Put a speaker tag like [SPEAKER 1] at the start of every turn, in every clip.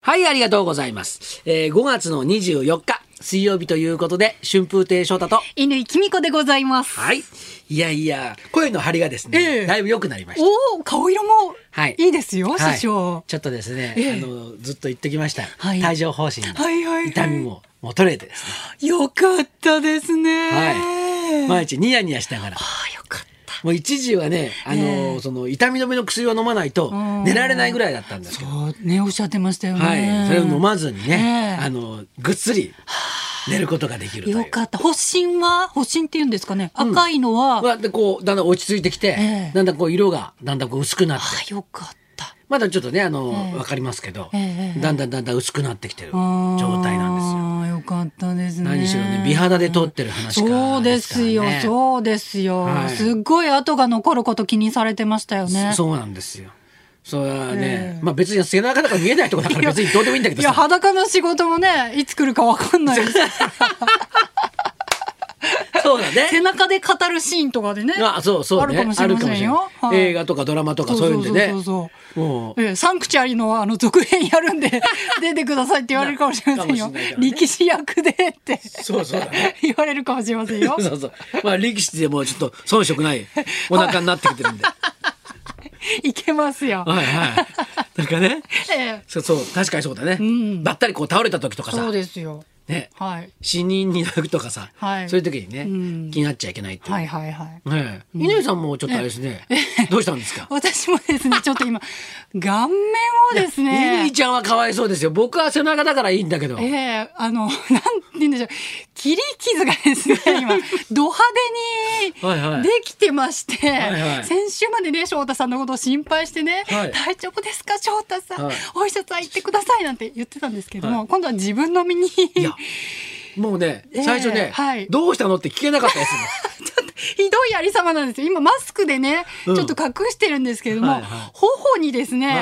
[SPEAKER 1] はい、ありがとうございます。えー、5月の24日、水曜日ということで、春風亭昇太と、
[SPEAKER 2] 乾きみこでございます。
[SPEAKER 1] はい。いやいや、声の張りがですね、
[SPEAKER 2] ええ
[SPEAKER 1] だいぶ良くなりました。
[SPEAKER 2] おお、顔色も
[SPEAKER 1] はい
[SPEAKER 2] いいですよ、
[SPEAKER 1] はい
[SPEAKER 2] 師匠。
[SPEAKER 1] ちょっとですね、
[SPEAKER 2] ええ
[SPEAKER 1] あのずっと言ってきました、
[SPEAKER 2] はい
[SPEAKER 1] 帯状疱疹の
[SPEAKER 2] はいはいはい
[SPEAKER 1] 痛みももう取れてですね、
[SPEAKER 2] よかったですね。
[SPEAKER 1] はい、毎日ニヤニヤしながら
[SPEAKER 2] ああ、よかった。
[SPEAKER 1] もう一時はねあの、
[SPEAKER 2] ええ
[SPEAKER 1] その痛み止めの薬を飲まないと
[SPEAKER 2] うん
[SPEAKER 1] 寝られないぐらいだったんですけど、
[SPEAKER 2] そうね、おっしゃってましたよね。
[SPEAKER 1] はい、それを飲まずにね、
[SPEAKER 2] ええ
[SPEAKER 1] あのぐっすり寝ることができるという
[SPEAKER 2] よかった。発疹は、発疹って言うんですかね。赤いのは、あ
[SPEAKER 1] まあでこうだんだん落ち着いてきて、
[SPEAKER 2] ええ
[SPEAKER 1] だんだんこう色がだんだんこう薄くなって
[SPEAKER 2] あ、よかった。
[SPEAKER 1] まだちょっとねあの、
[SPEAKER 2] ええ
[SPEAKER 1] わかりますけど、
[SPEAKER 2] ええええ
[SPEAKER 1] だんだんだんだん薄くなってきてる
[SPEAKER 2] あー
[SPEAKER 1] 状態なんですよ。
[SPEAKER 2] よかったですね。
[SPEAKER 1] 何しろね美肌で通ってる話から
[SPEAKER 2] そうですよ
[SPEAKER 1] ですからね
[SPEAKER 2] そうですよ、
[SPEAKER 1] はい
[SPEAKER 2] すっごい跡が残ること気にされてましたよね。
[SPEAKER 1] そうなんですよ。それはね、
[SPEAKER 2] ええ
[SPEAKER 1] まあ別に背中とか見えないとこだから別にどうでもいいんだけど
[SPEAKER 2] いや
[SPEAKER 1] さ。
[SPEAKER 2] 裸の仕事もねいつ来るかわかんないです
[SPEAKER 1] そうだ
[SPEAKER 2] 背
[SPEAKER 1] ね。
[SPEAKER 2] 中で語るシーンとかでね
[SPEAKER 1] あ、そうそう、ね、
[SPEAKER 2] あるかもしれませんよ
[SPEAKER 1] あるかもしれない映画とかドラマとかそういうんでね。
[SPEAKER 2] そうそうそう
[SPEAKER 1] もう
[SPEAKER 2] そうええサンクチュアリのあの続編やる んで出てくださいって言われるかもしれませんよ、
[SPEAKER 1] かもしれないからね
[SPEAKER 2] 力士役でって
[SPEAKER 1] そうそうだね。
[SPEAKER 2] 言われるかもしれませんよ
[SPEAKER 1] そうそう。まあ力士でもちょっと遜色ないお腹になってきて るんで。はい
[SPEAKER 2] けますよ、
[SPEAKER 1] いはい。なんかね。
[SPEAKER 2] ええ
[SPEAKER 1] そうそう、確かにそうだね。
[SPEAKER 2] ん
[SPEAKER 1] ばったりこう倒れた時とか
[SPEAKER 2] そ
[SPEAKER 1] さ
[SPEAKER 2] う。ですよ
[SPEAKER 1] ね。
[SPEAKER 2] はい
[SPEAKER 1] 死人になるとかさ、
[SPEAKER 2] はい
[SPEAKER 1] そういう時にね、
[SPEAKER 2] うん
[SPEAKER 1] 気になっちゃいけないっていう。
[SPEAKER 2] はいはいはい
[SPEAKER 1] ねえ、稲井さんもちょっとあれですね。どうしたんですか
[SPEAKER 2] 私もですねちょっと今顔面をです
[SPEAKER 1] ゆ
[SPEAKER 2] ね
[SPEAKER 1] りちゃんはかわいそうですよ。僕は背中だからいいんだけど。
[SPEAKER 2] ええあの、なん て言うんでしょう。切り傷がですね、 今、ド派
[SPEAKER 1] はいはい
[SPEAKER 2] 手にできてまして、
[SPEAKER 1] はいはい
[SPEAKER 2] 先週までね、翔太さんのことを心配してね、
[SPEAKER 1] はい
[SPEAKER 2] 大丈夫ですか、翔太さん、
[SPEAKER 1] はい
[SPEAKER 2] お医者さん行ってくださいなんて言ってたんですけども、
[SPEAKER 1] は
[SPEAKER 2] 今度は自分の身に、
[SPEAKER 1] いやもうね、
[SPEAKER 2] ええ
[SPEAKER 1] 最初ね、
[SPEAKER 2] はい
[SPEAKER 1] どうしたのって聞けなかったですよ。
[SPEAKER 2] ひどいありさまなんですよ。今、マスクでね、
[SPEAKER 1] うん
[SPEAKER 2] ちょっと隠してるんですけども、
[SPEAKER 1] はいはい
[SPEAKER 2] 頬にですね、
[SPEAKER 1] はい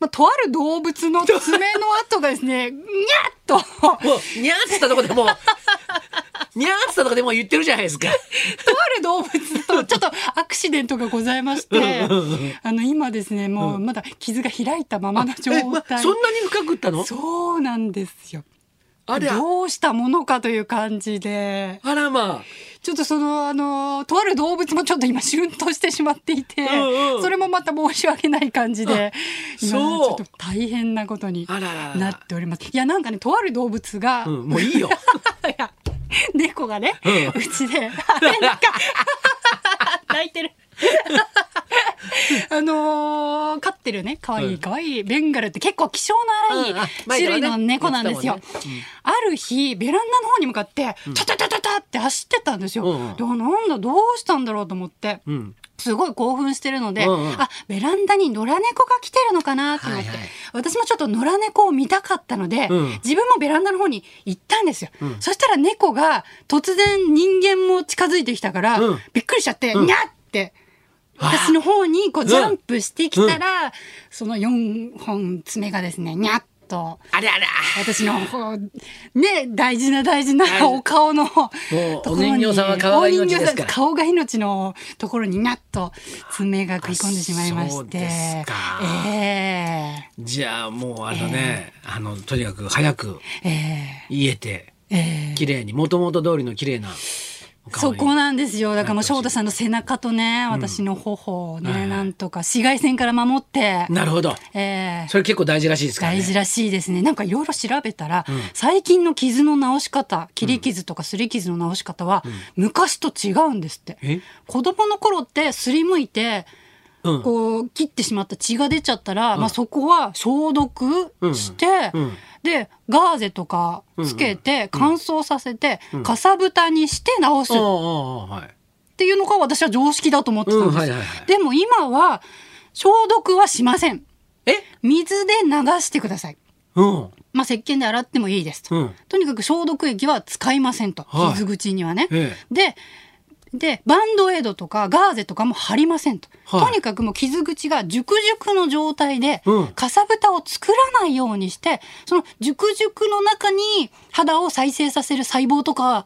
[SPEAKER 2] まあ、とある動物の爪の跡がですね、 にゃっと、
[SPEAKER 1] もう、にゃーってったとこでもう、 にゃーってったとこでもう言ってるじゃないですか。
[SPEAKER 2] とある動物とちょっとアクシデントがございまして
[SPEAKER 1] うんうんう
[SPEAKER 2] あの今ですねもうまだ傷が開いたままの状
[SPEAKER 1] え、
[SPEAKER 2] 態、
[SPEAKER 1] ま、そんなに深く打ったの
[SPEAKER 2] そうなんですよ
[SPEAKER 1] あれ、
[SPEAKER 2] どうしたものかという感じで
[SPEAKER 1] あらま
[SPEAKER 2] ちょっとそのあのとある動物もちょっと今シュンとしてしまっていて、
[SPEAKER 1] うんうん
[SPEAKER 2] それもまた申し訳ない感じで今
[SPEAKER 1] そう
[SPEAKER 2] ちょっと大変なことに
[SPEAKER 1] あ。あららら
[SPEAKER 2] なっておりますいやなんかねとある動物が、
[SPEAKER 1] うん、もういいよ。
[SPEAKER 2] いや猫がね、
[SPEAKER 1] う
[SPEAKER 2] うんちで、あれなんか、 泣いてる。あのー飼ってるね、可愛
[SPEAKER 1] うん
[SPEAKER 2] い可愛いベンガルって結構希少な
[SPEAKER 1] うんあ
[SPEAKER 2] 荒
[SPEAKER 1] 前
[SPEAKER 2] い種
[SPEAKER 1] からね
[SPEAKER 2] 類の猫なんです
[SPEAKER 1] 言
[SPEAKER 2] よ。
[SPEAKER 1] ってたもんね
[SPEAKER 2] ある日、ベランダの方に向かって、タタタタタって走ってったんですよ。
[SPEAKER 1] うんうん
[SPEAKER 2] でなんだ、どうしたんだろうと思って。
[SPEAKER 1] うん。
[SPEAKER 2] すごい興奮してるので、
[SPEAKER 1] うんうん
[SPEAKER 2] あベランダに野良猫が来てるのかなと思って、
[SPEAKER 1] はいはい
[SPEAKER 2] 私もちょっと野良猫を見たかったので、
[SPEAKER 1] うん
[SPEAKER 2] 自分もベランダの方に行ったんですよ、
[SPEAKER 1] ん
[SPEAKER 2] そしたら猫が突然人間も近づいてきたから、
[SPEAKER 1] うん
[SPEAKER 2] びっくりしちゃって、
[SPEAKER 1] うん
[SPEAKER 2] にゃって
[SPEAKER 1] わあ
[SPEAKER 2] 私の方にこう
[SPEAKER 1] うん
[SPEAKER 2] ジャンプしてきたら、その4本爪がですねにゃっと。
[SPEAKER 1] あれあれ。
[SPEAKER 2] 私のこうね大事な大事なお顔の
[SPEAKER 1] う
[SPEAKER 2] ところに
[SPEAKER 1] お人形さんは顔が命ですから
[SPEAKER 2] お人形さん顔が命のところになっと爪が食い込んでしまいま
[SPEAKER 1] あそう
[SPEAKER 2] して
[SPEAKER 1] ですか
[SPEAKER 2] え
[SPEAKER 1] じゃあもうあのね、あの、とにかく早く
[SPEAKER 2] ええ
[SPEAKER 1] 言えて、
[SPEAKER 2] えええ
[SPEAKER 1] 綺麗に、もともと通りの綺麗なお顔
[SPEAKER 2] そ
[SPEAKER 1] に。
[SPEAKER 2] こなんですよだからもう翔太さんの背中とね私の頬をね、なんとか紫外線から守って、
[SPEAKER 1] なるほど。
[SPEAKER 2] ええ
[SPEAKER 1] それ結構大事らしいですからね。
[SPEAKER 2] 大事らしいですね。なんかいろいろ調べたら、最近の傷の治し方、切り傷とかすり傷の治し方は、昔と違うんですって
[SPEAKER 1] え。
[SPEAKER 2] 子供の頃ってすりむいて、
[SPEAKER 1] うん
[SPEAKER 2] こう切ってしまった血が出ちゃったら、まあそこは消毒して、
[SPEAKER 1] うんうん
[SPEAKER 2] でガーゼとかつけて乾燥させて、かさぶたにして治す
[SPEAKER 1] おうおうおうはい。
[SPEAKER 2] っていうのが私は常識だと思ってたんで
[SPEAKER 1] うん
[SPEAKER 2] すよ、
[SPEAKER 1] はいはいはい
[SPEAKER 2] でも今は消毒はしません
[SPEAKER 1] え
[SPEAKER 2] 水で流してください
[SPEAKER 1] うん。
[SPEAKER 2] まあ、石鹸で洗ってもいいですと、
[SPEAKER 1] うん
[SPEAKER 2] とにかく消毒液は使いませんと、
[SPEAKER 1] はい
[SPEAKER 2] 傷口にはね、
[SPEAKER 1] え
[SPEAKER 2] ででバンドエイドとかガーゼとかも貼りませんと、
[SPEAKER 1] はい
[SPEAKER 2] とにかくもう傷口が熟々の状態で、
[SPEAKER 1] うん
[SPEAKER 2] かさぶたを作らないようにしてその熟々の中に肌を再生させる細胞とか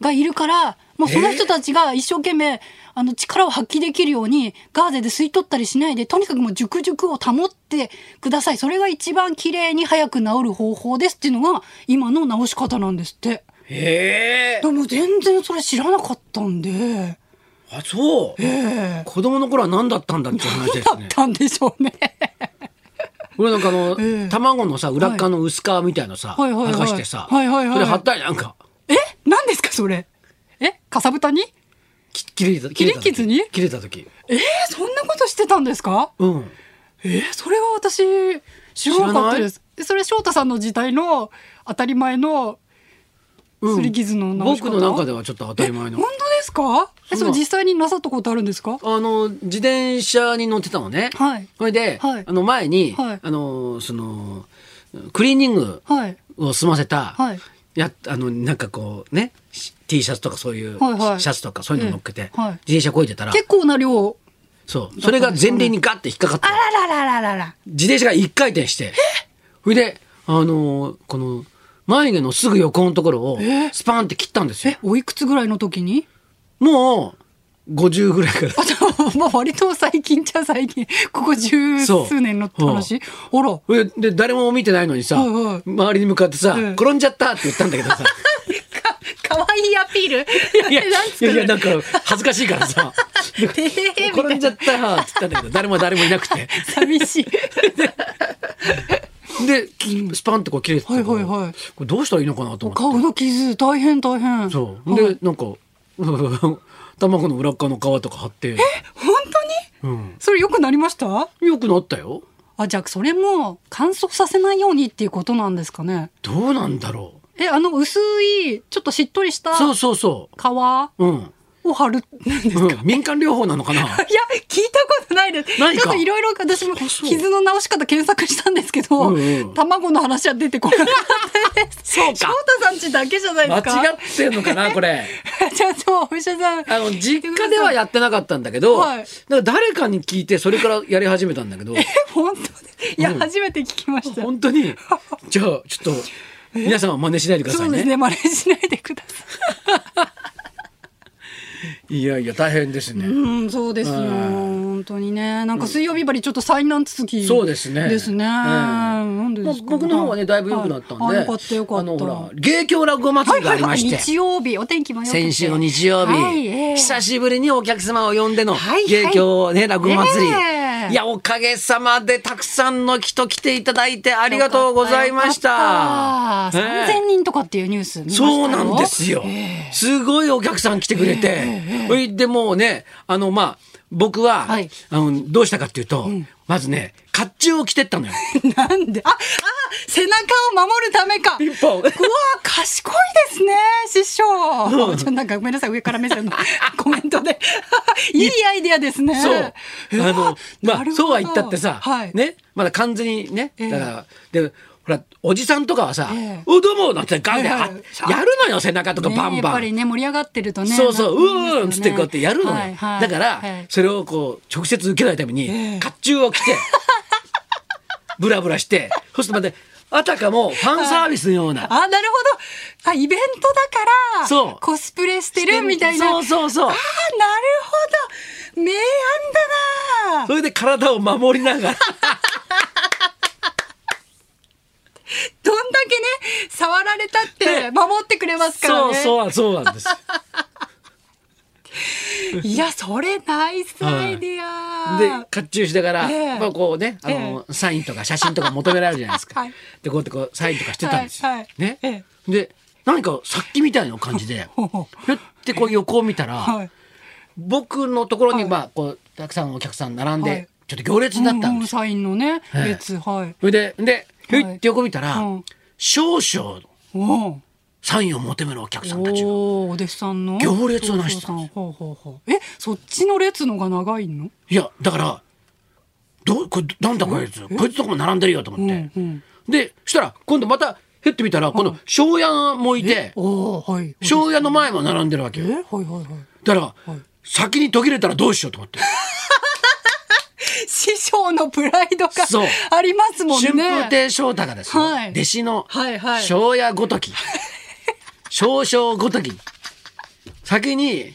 [SPEAKER 2] がいるからもうその人たちが一生懸命、あの、力を発揮できるように、ガーゼで吸い取ったりしないで、とにかくもう熟熟を保ってください。それが一番綺麗に早く治る方法ですっていうのが、今の治し方なんですって。
[SPEAKER 1] ええ
[SPEAKER 2] でも全然それ知らなかったんで、
[SPEAKER 1] あ、そう。
[SPEAKER 2] ええ
[SPEAKER 1] 子供の頃は何だったんだっていう話です
[SPEAKER 2] だっ
[SPEAKER 1] ね。
[SPEAKER 2] たんでしょうね。
[SPEAKER 1] 俺なんかあの、
[SPEAKER 2] ええ
[SPEAKER 1] 卵のさ、裏っ側の薄皮みたいなさ、
[SPEAKER 2] はいはいはい
[SPEAKER 1] 剥がしてさ、
[SPEAKER 2] はいはいはい
[SPEAKER 1] それ貼ったりなんか、
[SPEAKER 2] え何ですかそれえかさぶたに
[SPEAKER 1] き切れた、切れた時
[SPEAKER 2] 切り傷に
[SPEAKER 1] 切れた時。
[SPEAKER 2] えー、そんなことしてたんですか
[SPEAKER 1] うん。
[SPEAKER 2] えー、それは私知らなかったですそれ翔太さんの時代の当たり前の
[SPEAKER 1] うん
[SPEAKER 2] すり傷の治し方
[SPEAKER 1] 僕の中ではちょっと当たり前
[SPEAKER 2] え
[SPEAKER 1] の
[SPEAKER 2] 本当ですかえ
[SPEAKER 1] そ
[SPEAKER 2] そ
[SPEAKER 1] んな
[SPEAKER 2] れ実際になさったことあるんですか
[SPEAKER 1] あの自転車に乗ってたのね、
[SPEAKER 2] はい
[SPEAKER 1] それで、
[SPEAKER 2] はい
[SPEAKER 1] あの前に、
[SPEAKER 2] はい
[SPEAKER 1] あのそのクリーニング
[SPEAKER 2] はい
[SPEAKER 1] を済ませた、
[SPEAKER 2] はい
[SPEAKER 1] やあのなんかこうねし T シャツとかそういう、
[SPEAKER 2] はいはい
[SPEAKER 1] シャツとかそういうの乗っけて、
[SPEAKER 2] ええはい
[SPEAKER 1] 自転車こいでたら
[SPEAKER 2] 結構な量
[SPEAKER 1] そうそれが前輪にガッて引っかかって
[SPEAKER 2] あらららららら
[SPEAKER 1] 自転車が一回転してそれであのこの眉毛のすぐ横のところを
[SPEAKER 2] え
[SPEAKER 1] スパンって切ったんですよ
[SPEAKER 2] え。おいくつぐらいの時に
[SPEAKER 1] もう50ぐらいから
[SPEAKER 2] あじゃ あまあ割と最近じゃ最近ここ十
[SPEAKER 1] そう
[SPEAKER 2] 数年のって話あら
[SPEAKER 1] でで誰も見てないのにさ、
[SPEAKER 2] はいはい
[SPEAKER 1] 周りに向かってさ、
[SPEAKER 2] うん
[SPEAKER 1] 転んじゃったって言ったんだけど さ
[SPEAKER 2] か、かわいいアピール。
[SPEAKER 1] いやい
[SPEAKER 2] なんつう
[SPEAKER 1] や
[SPEAKER 2] の
[SPEAKER 1] いやなんか恥ずかしいからさ
[SPEAKER 2] えーみたい な
[SPEAKER 1] 転んじゃったよって言ったんだけど誰も誰もいなくて
[SPEAKER 2] 寂しい。
[SPEAKER 1] でスパンってこう切れてたから
[SPEAKER 2] はいはいはい
[SPEAKER 1] これどうしたらいいのかなと思って
[SPEAKER 2] 顔の傷、大変大変。
[SPEAKER 1] そう
[SPEAKER 2] はい
[SPEAKER 1] でなんか 卵の裏っ側の皮とか貼って、
[SPEAKER 2] 本当
[SPEAKER 1] う
[SPEAKER 2] に、
[SPEAKER 1] ん、
[SPEAKER 2] それ良くなりました
[SPEAKER 1] よくなったよ
[SPEAKER 2] あ、じゃあそれも乾燥させないようにっていうことなんですかね。
[SPEAKER 1] どうなんだろ
[SPEAKER 2] え、あの薄い、ちょっとしっとりした
[SPEAKER 1] う
[SPEAKER 2] 皮
[SPEAKER 1] そう
[SPEAKER 2] を
[SPEAKER 1] そうそううん、
[SPEAKER 2] 貼る。なんで
[SPEAKER 1] うん民間療法なのかな
[SPEAKER 2] いや、聞いたことないです。
[SPEAKER 1] ないか
[SPEAKER 2] ちょっといろいろ私も
[SPEAKER 1] あそう
[SPEAKER 2] 傷の治し方検索したんですけど、
[SPEAKER 1] うんうん
[SPEAKER 2] 卵の話は出てこなかったです。
[SPEAKER 1] そうか
[SPEAKER 2] 翔太さんちだけじゃない
[SPEAKER 1] 間
[SPEAKER 2] ですか。
[SPEAKER 1] 違ってんのかなこれ
[SPEAKER 2] ちゃんとお医者 さん。
[SPEAKER 1] あの実家ではやってなかったんだけど、
[SPEAKER 2] はい
[SPEAKER 1] なんか誰かに聞いてそれからやり始めたんだけ ど
[SPEAKER 2] 本当ですいや、
[SPEAKER 1] うん
[SPEAKER 2] 初めて聞きました。
[SPEAKER 1] 本当にじゃあち ょっと皆さんは真似しないでくださ
[SPEAKER 2] そ
[SPEAKER 1] いう
[SPEAKER 2] で
[SPEAKER 1] ね
[SPEAKER 2] すね、真似しないでくださ
[SPEAKER 1] いやいや大変ですね、
[SPEAKER 2] い。うん、そうですよ。
[SPEAKER 1] うん
[SPEAKER 2] 本当にね、なんか水曜日ばりちょっと災難続き。
[SPEAKER 1] そうですね
[SPEAKER 2] ですね。
[SPEAKER 1] ええ
[SPEAKER 2] なんで
[SPEAKER 1] ま
[SPEAKER 2] で
[SPEAKER 1] あ
[SPEAKER 2] すか
[SPEAKER 1] 僕の方はねだいぶ良くなったんで、
[SPEAKER 2] はいあよかったよかった。
[SPEAKER 1] あのほら芸協落語
[SPEAKER 2] は
[SPEAKER 1] 祭
[SPEAKER 2] い
[SPEAKER 1] りがあ
[SPEAKER 2] はい
[SPEAKER 1] り
[SPEAKER 2] は
[SPEAKER 1] ま
[SPEAKER 2] い。
[SPEAKER 1] して、
[SPEAKER 2] 日曜日、お天気も良くて
[SPEAKER 1] 先週の日曜日、
[SPEAKER 2] はいええ
[SPEAKER 1] 久しぶりにお客様を呼んでの
[SPEAKER 2] はいはい
[SPEAKER 1] 芸協ね、落語祭り、
[SPEAKER 2] ええ
[SPEAKER 1] いやおかげさまでたくさんの人来ていただいてありがとうございまし
[SPEAKER 2] よ
[SPEAKER 1] た
[SPEAKER 2] かっ。た
[SPEAKER 1] ええ
[SPEAKER 2] 3000人とかっていうニュース見ましたよ
[SPEAKER 1] そうなんですよ。
[SPEAKER 2] ええ
[SPEAKER 1] すごいお客さん来てくれて、ほいでもうね、あの、まあ、僕は、
[SPEAKER 2] はい
[SPEAKER 1] あの、どうしたかっていうと、まずね、甲冑を着てったのよ。
[SPEAKER 2] なんで、あ、あ、背中を守るためか。
[SPEAKER 1] ピンポン
[SPEAKER 2] うわ、賢いですね、師匠。ちょなんかごめんなさい、上から目線の コメントで。 いいアイデアですね。
[SPEAKER 1] そう。あ
[SPEAKER 2] わ
[SPEAKER 1] の、ま
[SPEAKER 2] な
[SPEAKER 1] あ
[SPEAKER 2] るほ、ど
[SPEAKER 1] そうは言ったってさ、
[SPEAKER 2] はい
[SPEAKER 1] ね、まだ完全にね、
[SPEAKER 2] ええ
[SPEAKER 1] だから、で、ほら、おじさんとかはさ、
[SPEAKER 2] ええ
[SPEAKER 1] おどうもなんてガンガン、
[SPEAKER 2] え
[SPEAKER 1] あ
[SPEAKER 2] え
[SPEAKER 1] やるのよ、背中とか
[SPEAKER 2] ね
[SPEAKER 1] バン
[SPEAKER 2] やっ
[SPEAKER 1] バ
[SPEAKER 2] ぱ
[SPEAKER 1] ン。
[SPEAKER 2] りね、盛り上がってるとね。
[SPEAKER 1] そうそう、
[SPEAKER 2] なん
[SPEAKER 1] うー
[SPEAKER 2] かい
[SPEAKER 1] ん
[SPEAKER 2] い
[SPEAKER 1] っ
[SPEAKER 2] で
[SPEAKER 1] つ
[SPEAKER 2] す
[SPEAKER 1] っ
[SPEAKER 2] よ
[SPEAKER 1] て
[SPEAKER 2] ね
[SPEAKER 1] こうやってやるのよ。
[SPEAKER 2] はいはい
[SPEAKER 1] だから、
[SPEAKER 2] はい
[SPEAKER 1] それをこう、直接受けないために、
[SPEAKER 2] ええ
[SPEAKER 1] 甲冑を着 て、ブラブラして、そうするとまた、あたかもファンサービスのような、
[SPEAKER 2] あ、なるほど。あ、イベントだから、
[SPEAKER 1] そう
[SPEAKER 2] コスプレしてるみたいな。
[SPEAKER 1] そうそうそう
[SPEAKER 2] あ、なるほど。明暗だな。
[SPEAKER 1] それで体を守りな がら、
[SPEAKER 2] どんだけね、触られたって守ってくれますから
[SPEAKER 1] そ
[SPEAKER 2] ね。
[SPEAKER 1] うそう、そうなんです。
[SPEAKER 2] いや、それナイスアイディア。
[SPEAKER 1] で甲冑しながら、
[SPEAKER 2] ええ
[SPEAKER 1] まあこうねあの、サインとか写真とか求められるじゃないですか。
[SPEAKER 2] はい
[SPEAKER 1] でこうやってこうサインとかしてたんですよ。
[SPEAKER 2] はいはい
[SPEAKER 1] ね、
[SPEAKER 2] え
[SPEAKER 1] で何か殺気みたいな感じで
[SPEAKER 2] ほうほ
[SPEAKER 1] ひょってこう横を見たら、
[SPEAKER 2] はい。
[SPEAKER 1] 僕のところに、
[SPEAKER 2] はい
[SPEAKER 1] まあこうたくさんお客さん並んで、
[SPEAKER 2] はい
[SPEAKER 1] ちょっと行列になったんですよ。
[SPEAKER 2] サインのね、
[SPEAKER 1] ええ
[SPEAKER 2] 列、はい。
[SPEAKER 1] それででひ
[SPEAKER 2] はい
[SPEAKER 1] ょいって横見たら、
[SPEAKER 2] うん
[SPEAKER 1] 少々の
[SPEAKER 2] おう
[SPEAKER 1] サインを求めるお客さんたちが
[SPEAKER 2] おーお弟子さんの
[SPEAKER 1] 行列をなしてた
[SPEAKER 2] そ
[SPEAKER 1] ん
[SPEAKER 2] う
[SPEAKER 1] で
[SPEAKER 2] そうそうほうほうほうえ、そっちの列のが長いの
[SPEAKER 1] いやだからどうこれなんだこいつこいつとこも並んでるよと思って、
[SPEAKER 2] うん
[SPEAKER 1] でそしたら今度また減ってみたら今度庄屋もいて
[SPEAKER 2] おーはい。
[SPEAKER 1] 庄屋の前も並んでるわけ
[SPEAKER 2] え、
[SPEAKER 1] よ
[SPEAKER 2] はいはいはい。
[SPEAKER 1] だから先に途切れたらどうしようと思って
[SPEAKER 2] 師匠のプライドが
[SPEAKER 1] そう
[SPEAKER 2] ありますもんね。
[SPEAKER 1] 春風亭昇太がですよ
[SPEAKER 2] はい
[SPEAKER 1] 弟子の
[SPEAKER 2] はいはい
[SPEAKER 1] 庄屋ごとき少々ごとき先 に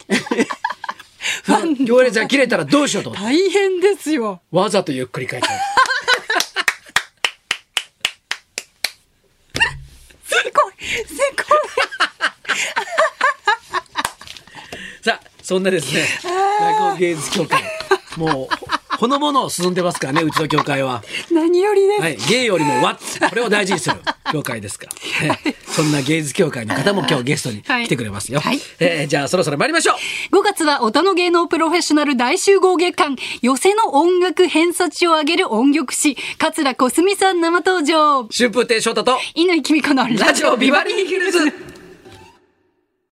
[SPEAKER 1] その行列が切れたらどうしようと思って
[SPEAKER 2] 大変ですよ。
[SPEAKER 1] わざとゆっくり書いてある
[SPEAKER 2] すごい、す
[SPEAKER 1] さあそんなですね落語芸術協会もうほのぼの進んでますからねうちの協会は。
[SPEAKER 2] ごい。 何よりです。
[SPEAKER 1] はい、芸よりも和これを大事にする協会ですから、ねそんな芸術協会の方も今日ゲストに来てくれますよ、
[SPEAKER 2] はい
[SPEAKER 1] えーじゃあそろそろ参りましょう
[SPEAKER 2] 5月は音の芸能プロフェッショナル大集合月間、寄せの音楽偏差値を上げる音曲師、桂小澄さん生登場。
[SPEAKER 1] 春風亭昇太と
[SPEAKER 2] 犬井君子の
[SPEAKER 1] ラジオビバリーヒルズ